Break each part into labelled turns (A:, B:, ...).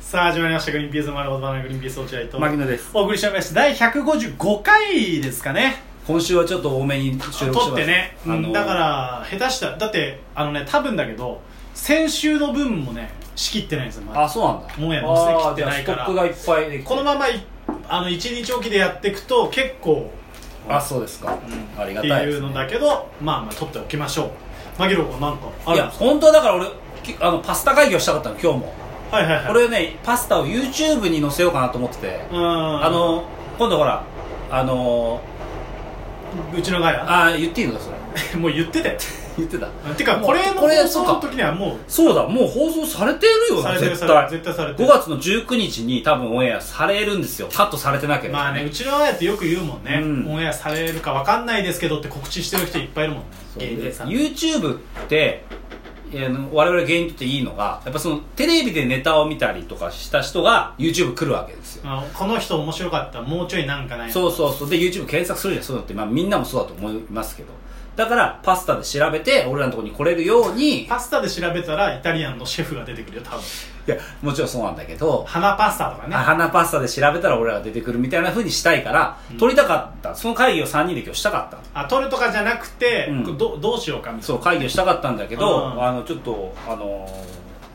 A: さあ始まりました「グリーンピースの丸ごとバナナグリーンピース落合」と
B: 牧野です
A: お送りしております第155回ですかね
B: 今週はちょっと多めに収録し
A: 撮
B: ま
A: っ
B: す
A: てね、
B: あの
A: だから下手したらだってあのね多分だけど先週の分もね仕切ってないんですよ、まだ
B: あそうなんだ
A: もうやもう
B: あー
A: 捨てきってないから
B: じゃあストックがいっぱいで
A: このままいあの1日おきでやっていくと結構
B: あそうですか、ありが
A: ったて
B: いで
A: いう
B: す、
A: の
B: ね、
A: だけどまあまあ取っておきましょう槙野君なんかあ
B: い
A: るん
B: や
A: です
B: 本当はだから俺きあのパスタ会議をしたかったの今日も
A: かはいはいはい
B: 俺ねパスタを YouTube に載せようかなと思ってて
A: うん
B: あの今度ほらあの
A: うちのガヤ
B: あー言っていいのかそれ
A: もう言ってたよ
B: 言ってた
A: てかこれの
B: これ
A: 放送
B: そう
A: の
B: か
A: 時にはもう
B: そうだもう放送されてるよ
A: さ
B: な
A: れてるさ
B: 絶
A: れ
B: 対
A: てる絶対されて
B: 5
A: る
B: 月の19日に多分オンエアされるんですよカットされてなければ
A: まあねうちの親ってよく言うもんね、
B: うん
A: オンエアされるかわかんないですけどって告知してる人いっぱいいるもんね
B: そう
A: 芸人さん
B: YouTube っていやあの我々芸人にとっていいのがやっぱそのテレビでネタを見たりとかした人が YouTube 来るわけですよ、
A: あこの人面白かったもうちょいなんかない
B: そうそうそうで YouTube 検索するじゃんそういうのって、まあ、みんなもそうだと思いますけどだからパスタで調べて俺らのところに来れるようにい
A: パスタで調べたらイタリアンのシェフが出てくるよ多分
B: やもちろんそうなんだけど
A: 花パスタとかね
B: あ花パスタで調べたら俺らが出てくるみたいな風にしたいから、撮りたかったその会議を3人で今日したかった
A: あ取るとかじゃなくて、
B: うん
A: どどうしようかみたい
B: そう会議をしたかったんだけど、
A: うん
B: あのちょっとあの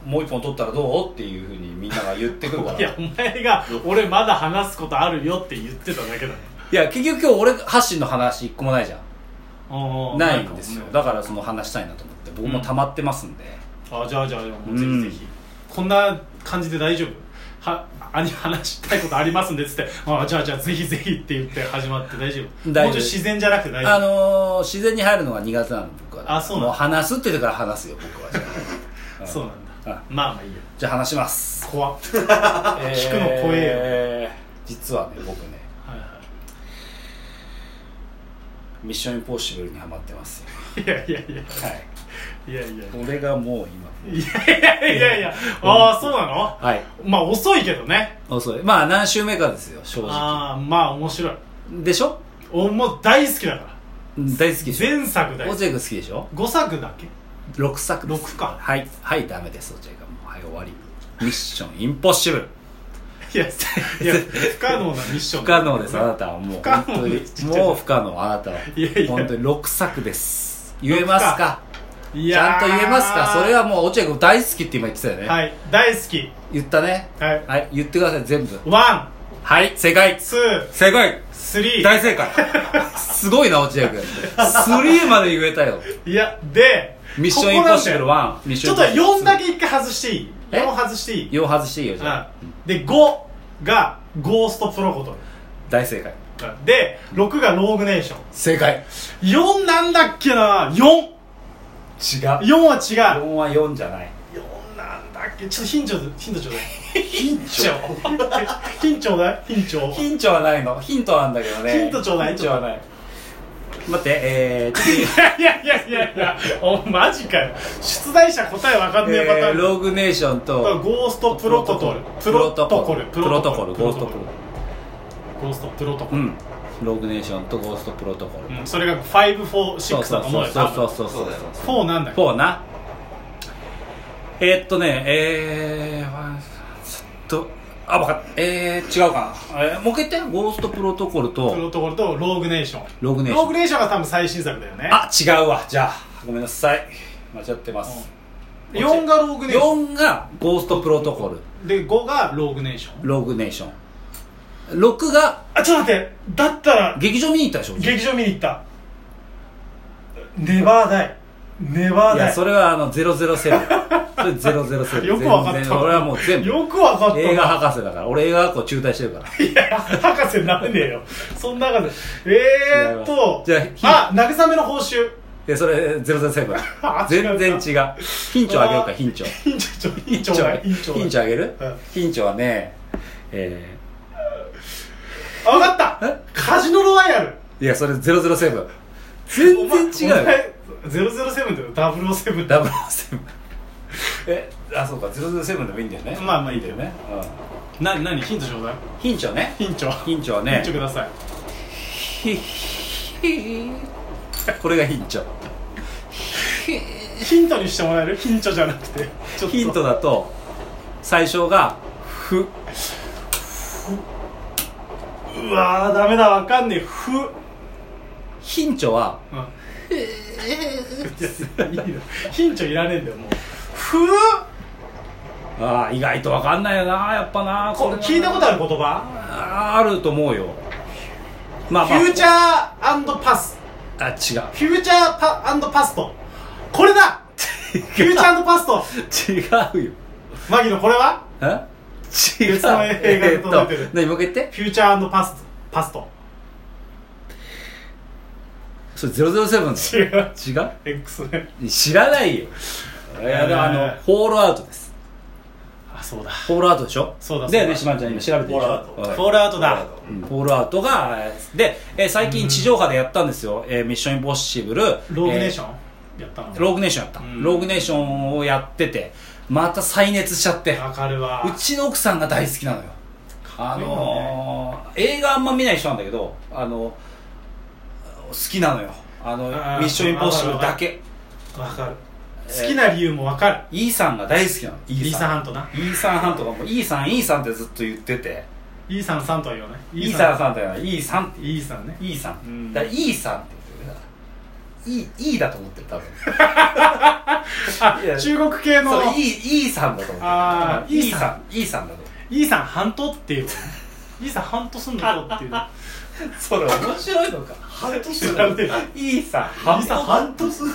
B: もう一本撮ったらどうっていうふうにみんなが言ってくるか
A: な
B: ら
A: いやお前が俺まだ話すことあるよって言ってただけだね
B: いや結局今日俺発信の話一個もないじゃん
A: おうおう
B: ないんです
A: か
B: よ
A: もね
B: だからその話したいなと思って僕も溜まってますんで、
A: あじゃあじゃあもうぜひぜひ、こんな感じで大丈夫は兄話したいことありますんでっつってあじゃあじゃあぜひぜひって言って始まって大丈夫
B: 大丈
A: もう
B: 夫
A: ちょい自然じゃなくて大
B: あ
A: 丈夫
B: のー、自然に入るのが苦手なの僕は
A: あそうなの
B: もう話すって言ってから話すよ僕はじゃ あ、
A: そう
B: う
A: なんんだまあまあいいよ
B: じゃあ話します
A: 怖っ聞
B: 聞
A: くの怖
B: えよ実はね僕ね
A: はいは
B: ミッションインポッシブルにハマってますよ
A: いいやいやいや
B: はい
A: いやいや
B: 俺がもう今
A: いやいやいやああそうなの
B: はい
A: まあ遅いけどね
B: 遅いまあ何週目かですよ正直
A: ああまあ面白い
B: でしょ
A: おもう大好きだから
B: うん大好きでしょ
A: 前作大
B: オ
A: 好き
B: チェク好きでしょ
A: 5作だっけ
B: 6作です
A: 六か
B: はいはいダメですそちらがもうはい終わりミッションインポッシブル
A: い やいや不可能なミッション
B: 不可能ですあなたはもう
A: 不可能
B: 本当に
A: です
B: もう不可能あなたはい
A: やいや
B: 本当に6作です言えますか
A: い
B: ち
A: や
B: ゃんと言えますかそれ
A: は
B: はもう落合君大好きって今言ってたよね、
A: はい大好き
B: 言ったね
A: はい
B: はい言ってください全部
A: ワ
B: はい正
A: ン、
B: 解
A: ツー、
B: 正解
A: スリー。
B: 大正解すごいな落合君3まで言えたよ
A: いや、で、
B: ミッションインポッシブル
A: ここなんだよ
B: 1ミッシ
A: ち
B: ョ
A: ょ
B: ン
A: っと4だ
B: け
A: け1回外していい
B: え
A: ?4 外していい
B: 4外していいよ
A: う
B: じゃあ、
A: ん。で、5がゴーストプロコト
B: 大正解
A: ル。で、6がローグネーション。
B: 正解
A: 4なんだっけな ?4!4
B: 違う
A: は違
B: 4
A: う。
B: は4じゃない
A: 4なんだっけちょっとヒント、ヒントちょうだい。
B: ヒ
A: ヒン
B: ン
A: トヒントちょうだいヒントちょうだい。
B: ヒントはないのヒントなんだけどね
A: ヒントちょうだい
B: ヒントはない待ってえー、次
A: い やいやいやいや、おマジかよ。出題者答えわかんねえパタ
B: え
A: ー
B: ー
A: ン。
B: ローグネーションと
A: ゴーストプロトコル
B: プロトコル
A: プロトコル
B: プロトコルゴー
A: ゴーストプロトコ
B: う
A: ル、
B: んローグネーションとゴーストプロトコル、
A: うんそれが546
B: そ
A: だ
B: う
A: と思うよ多
B: そう
A: 分
B: そうそうそうそう
A: フォーなんだよ
B: フォーなえー、っとねえーわ、ちょっとあ分かったえー、違うかな、えー、もう一回言ってゴーストプロトコル
A: プ
B: と
A: ロトコルとローグネーション
B: ローグネーシ
A: ロー
B: ョ
A: グ
B: ン
A: ネーションが多分最新作だよね
B: あ違うわじゃあごめんなさい間違ってます、
A: 4がローグネーショ
B: 4がゴーストプロトコル
A: ンで5がローグネーション
B: ローグネーション6が
A: あちょっと待ってだったら
B: 劇場見に行ったでしょ
A: 劇場見に行ったネバーダイネバ
B: い
A: ーダ
B: や
A: イ
B: それはあの007 それ007
A: よくわかった
B: 全然俺はもう全部
A: よくわかったな
B: 映画博士だから俺映画学校中退してるから
A: いや、博士になれねえよ。そんな中で。えーっと、
B: 違いますじ
A: あ、
B: ゃ
A: 慰めの報酬。
B: でそれ007
A: あ違うな
B: 全然違うヒンチョあげようかヒンチョ
A: 委員長、委員長だ、委員長だ。
B: ヒンチョあげる
A: うん
B: ヒンチョはねえ
A: あ、わかった
B: え
A: カジノロワイヤル。
B: ーいやそれ007全然違うよ
A: う。ゼロゼロセブンだよ、007だよ。
B: 007えあそうか007でもいいんだよね
A: まあまあいいんだ
B: だ
A: よ
B: よね、
A: な、なに、ヒントちょうだい。
B: うん、ヒンチョね
A: ヒント。
B: ヒンチョは
A: ヒ
B: ね
A: ントください。
B: ひひ これがヒンチョ
A: ヒントにしてもらえるヒントじゃなくて。ちょっと
B: ヒントだと最初が「ふ
A: うわーダメだわかんねえふうん
B: ヒンチョは
A: いやいいよヒンチョいらねえんだよもうふう
B: ああ意外と分かんないよなやっぱな
A: こ
B: れは
A: 聞いたことある言葉
B: ああると思うよまあ
A: フ
B: まあ
A: ューチャーパス
B: あ違う
A: フューチャーパパストこれ だフューチャーパスト
B: 違うよ
A: マギのこれは
B: え違う
A: 別の映画で届いてる
B: えーっと何もう一回言って
A: フューチャーパストパスト
B: それ007
A: 違う
B: 違う
A: X ね
B: 知らないよいやでもあの、
A: えー
B: ホールアウトです
A: あそうだ
B: ホールアウトでしょ
A: そうだ
B: だよ
A: そう
B: ね
A: だ
B: 島ちゃん今調べてるでしょ
C: ホールアウト
B: はい
A: フォールアウトだ
B: うんホールアウトがえーで、えー最近地上波でやったんですよ「えーミッションインポッシブル」
A: ローグネー
B: ョン
A: ションやったの
B: ローグネーションやった
A: うん
B: ローグネーションをやっててまた再熱しちゃって
A: わかるわ
B: うちの奥さんが大好きなのよ
A: っ
B: あ
A: こいいもんね
B: のー映画あんま見ない人なんだけどあの好きなのよあの
A: あー
B: ミッションインポッシブルだけ
A: わかる
B: えー
A: 好きな理由もわかる
B: イーさんが大好きなのイ
A: イーサンハントな
B: イーサンハンとかもイーさんイーさんってずっと言ってて
A: イーサンさんとは言わない
B: イーサンさんだよなイーさんって
A: イーサンね
B: イーさ
A: うんん
B: だからイーさんって言ってるイーイーだと思ってる多分
A: あ
B: いや
A: 中国系の
B: そうイーイーさんだと思ってる
A: あー
B: イーさんイーさんだと思
A: イーサン半島っていう イーサン半島すんだろっていう
B: ってるそれ面白いのか
C: 半年
A: 知らねえ
B: イーさん
A: イーサン半島すん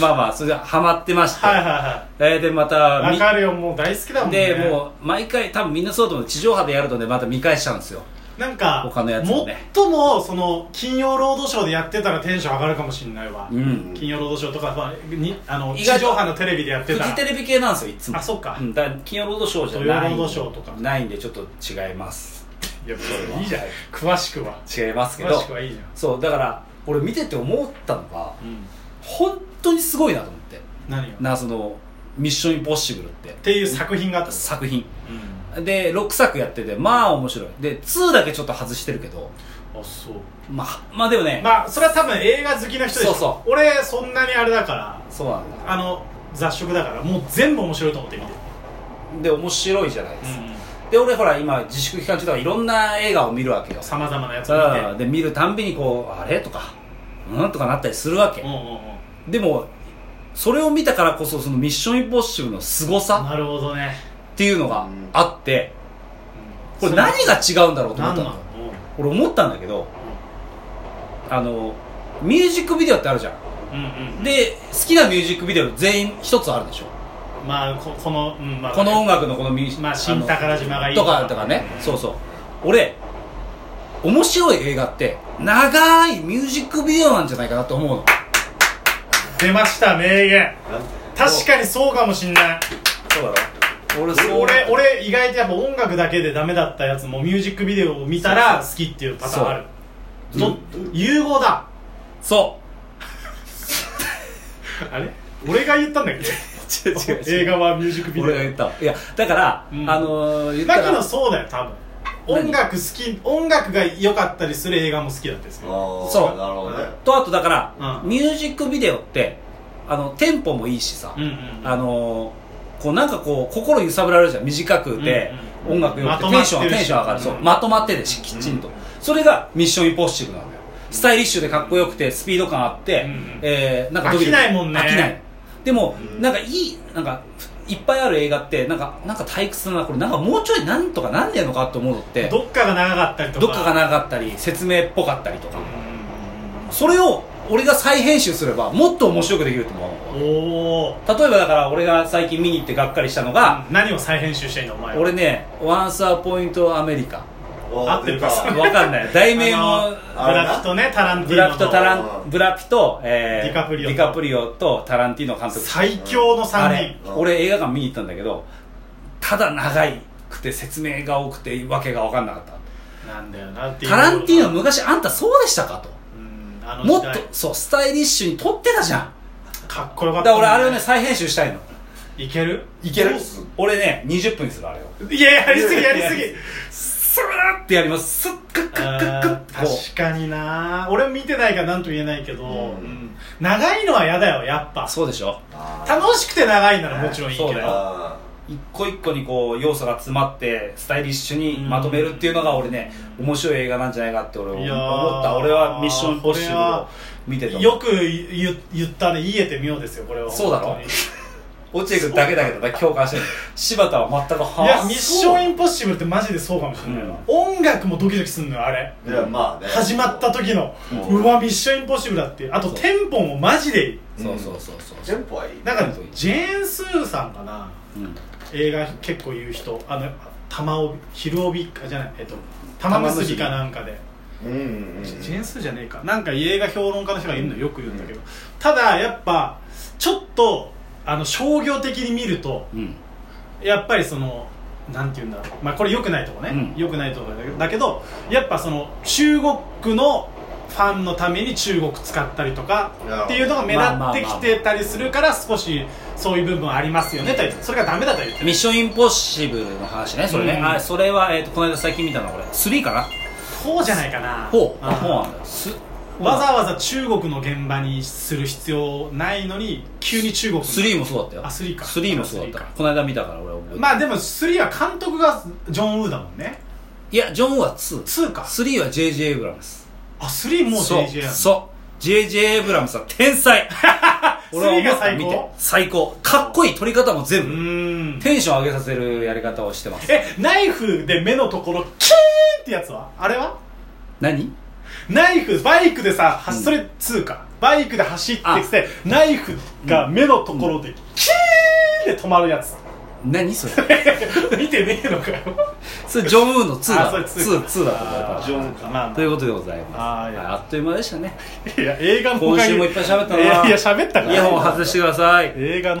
B: まあまあそれでハマってまして、
A: はいはいは
B: えーでまた
A: いわ
B: み
A: かるよもう大好きだもんね
B: でもう毎回多分みんなそうだと思う地上波でやるとねまた見返しちゃうんですよ
A: なんか
B: 他のやつもね
A: 最もその金曜ロードショーでやってたらテンション上がるかもしれないわ、
B: うん
A: 金曜ロードショーとか、まあ、にあの
B: 意
A: 地
B: 外と
A: 上波のテレビでやって
B: フ
A: たら
B: ジテレビ系なんですよいつも
A: あそっか、
B: うん、だから金曜ロードショーじゃない
A: 土曜ロードショーとか
B: ないんでちょっと違います
A: いや
B: れはい
A: いじゃない詳しくは
B: 違いますけ
A: 詳
B: ど
A: しくはいいじゃん、
B: そうだから俺見てて思ったのが
A: うん、
B: 本当にすごいなと思って
A: 何よっ
B: なその「ミッション・インポッシブル」って
A: ていう作品があったの
B: 作品
A: うん
B: で6作やっててまあ面白いで2だけちょっと外してるけど
A: あそう
B: まあまあでもね、
A: まあそれは多分映画好きな人でしょ
B: そうそ
A: 俺そんなにあれだから
B: そうなんだ
A: あの雑食だからもう全部面白いと思って見てる、
B: で面白いじゃないですか、で俺ほら今自粛期間中だからいろんな映画を見るわけよ
A: さまざまなやつ見
B: うん
A: て
B: で見るたんびにこうあれとかうんとかなったりするわけ、
A: うんうんうん
B: でもそれを見たからこそそのミッションインポッシブルの凄さ
A: なるほどね、
B: っていうのがあって、
A: うん
B: これ何が違うんだろうと思
A: 何
B: った
A: な
B: の
A: の
B: 俺思ったんだけどあのミュージックビデオってあるじゃん
A: うんうんうん
B: で好きなミュージックビデオ全員一つあるでしょ
A: まあここの、うんまあ、
B: この音楽のこのミュージック
A: まあ新宝島がいい
B: とかとかねそうそう俺面白い映画って長いミュージックビデオなんじゃないかなと思うの
A: 出ました名言確かにそうかもしんない
B: そうだろ俺そう
A: 俺俺意外とやっぱ音楽だけでダメだったやつもミュージックビデオを見たら好きっていうパターンある
B: そう
A: ど融合だ
B: そ
A: あれ俺が言ったんだっ
B: う違う
A: け映画はミュージックビデ
B: 俺が
A: オ
B: 言ったいやだから、
A: うん
B: あのー、言った
A: だけど
B: ら
A: そうだよ多分
B: 何
A: 音楽好き音楽が良かったりする映画も好きだったりする
C: ああ
B: そう
C: なるほどね
B: とあとだから、
A: うん
B: ミュージックビデオってあのテンポもいいしさ、
A: うんうん
B: あのー、こうなんかこう心揺さぶられるじゃん短くて、
A: うんうん
B: 音楽よ
A: ま
B: くて
A: と
B: テ
A: ま
B: ン
A: っ
B: ショ
A: て
B: ン
A: るし
B: テンション上がる、そう
A: うん
B: まとまってるしきちんと、それがミッションインポッシブルなのよスタイリッシュでかっこよくてスピード感あって、
A: うんうん
B: えーなんかドキドキ
A: 飽きないもんね
B: 飽きないでも、
C: うん
B: なんかいいなんかいっぱいある映画ってなんかなんか退屈だなこれなんかもうちょいなんとかなんでんのかと思うのって
A: どっかが長かったりとか
B: どっかが長かったり説明っぽかったりとか
A: うん
B: それを俺が再編集すればもっと面白くできると思うの
A: おお
B: 例えばだから俺が最近見に行ってがっかりしたのが、
A: 何を再編集してんだお前は
B: 俺ね「Once a Point アメリカ
C: あ
A: 合ってるか
C: 出
A: あ
B: わかんない題名
A: あ
B: も
A: の
C: あれ
A: ブラピとねタランティ
B: ブ
A: ーノ
B: ラ
A: の
B: ピとタランブラピと、
A: デ
B: えー
A: ィカプリオと
B: ディカプリオとタランティーノ監督
A: 最強の
B: あ
A: 3
B: れ
A: 人
C: うん
B: 俺映画館見に行ったんだけどただ長いくて説明が多くてわけが分かんなかった
A: なんだよなっていう
B: タランティーノ昔あんたそうでしたかと
A: うんあの
B: も
A: 時
B: っと
A: 代
B: そうスタイリッシュに撮ってたじゃん
A: かっこよか
B: だ
A: ったもん
B: から俺あれをね再編集したいの
A: いける
C: いける
B: 俺ね20分にするあれを
A: いややりすぎやりすぎ
B: スーってやりますスックックックックッ
A: あ
B: ってこ
A: ー確かにな俺見てないから何とも言えないけど、
C: ん
A: うん長いのは嫌だよやっぱ
B: うそうでしょ
C: あー
A: 楽しくて長いならもちろんいいけど、
B: そうだよ
C: あー
B: 一個一個にこう要素が詰まってスタイリッシュにまとめるっていうのが俺ね面白い映画なんじゃないかって俺思
A: いやー
B: った俺は「ミッション・インポッシブル」を見てた
A: よく言言ったね言えてみようですよこれは
B: そうだろ
A: 本当に
B: 落合君だけだけどな共感してる柴田は全く
A: いや「ミッション
B: ン
A: インポッシブル」ってマジでそうかもしれないな、音楽もドキドキすんのよあれ
C: いやまあね
A: 始まった時の
B: もう
A: うわミッションインポッシブルだってあと
B: そう
A: テンポもマジでいい
B: そうそうそうそう
C: テンポはいい
A: なんかジェーン・スーさんかな
B: うん
A: 映画結構言う人あの玉帯昼帯かじゃないえっと玉結びかなんかで
C: うんうんうん
A: ジェーン・スーじゃねえかなんか映画評論家の人がいるのよく言うんだけど、ただやっぱちょっとあの商業的に見ると
B: うん
A: やっぱりそのなんて言うんだろう、まあ、これ良くないとこね
B: うん
A: 良、くないとこだけどだけどやっぱその中国のファンのために中国使ったりとかっていうのが目立ってきてたりするから少しそういう部分ありますよねとは言ってそれがダメだとは言ってる
B: ミッション・インポッシブルの話ねそれね、
A: うん
B: あそれは、えー、とこの間最近見たのはこれ3かな
A: こうじゃないかな
B: 4
A: あー
B: なんだよす
A: わざわざ中国の現場にする必要ないのに急に中国の
B: 3もそうだったよ
A: あ3か
B: 3もそうだった
A: 3か
B: この間見たから俺覚えてる、
A: まあでも3は監督がジョン・ウーだもんね
B: いやジョンは2
A: 2か
B: 3は JJ エイブラムス
A: あ3もう
B: そう
A: JJ なの
B: そう JJ エイブラムスは 天才
A: 3が
B: 思った
A: 最
B: 見
A: 高
B: て最高かっこいい撮り方も全
A: う
B: 部
A: ーん
B: テンション上げさせるやり方をしてます
A: えナイフで目のところキーンってやつはあれは
B: 何
A: ナイフバイクでさはそれ2かバイクで走ってきてナイフが目のところでキーンで止まるやつ
B: 何それ
A: 見てねえのかよ
B: それジョン・ウーの2だ
A: あそれ2
B: 2, 2だったと
A: あ
B: 思
A: ー
B: う
C: ジョンか
A: まあま
B: ということでございます
A: あーいや
B: あっという間でしたね
A: あいや映画の他に
B: 今週もいっぱい喋ったない
A: やいや喋ったから
B: イヤホン外してください
A: 映画の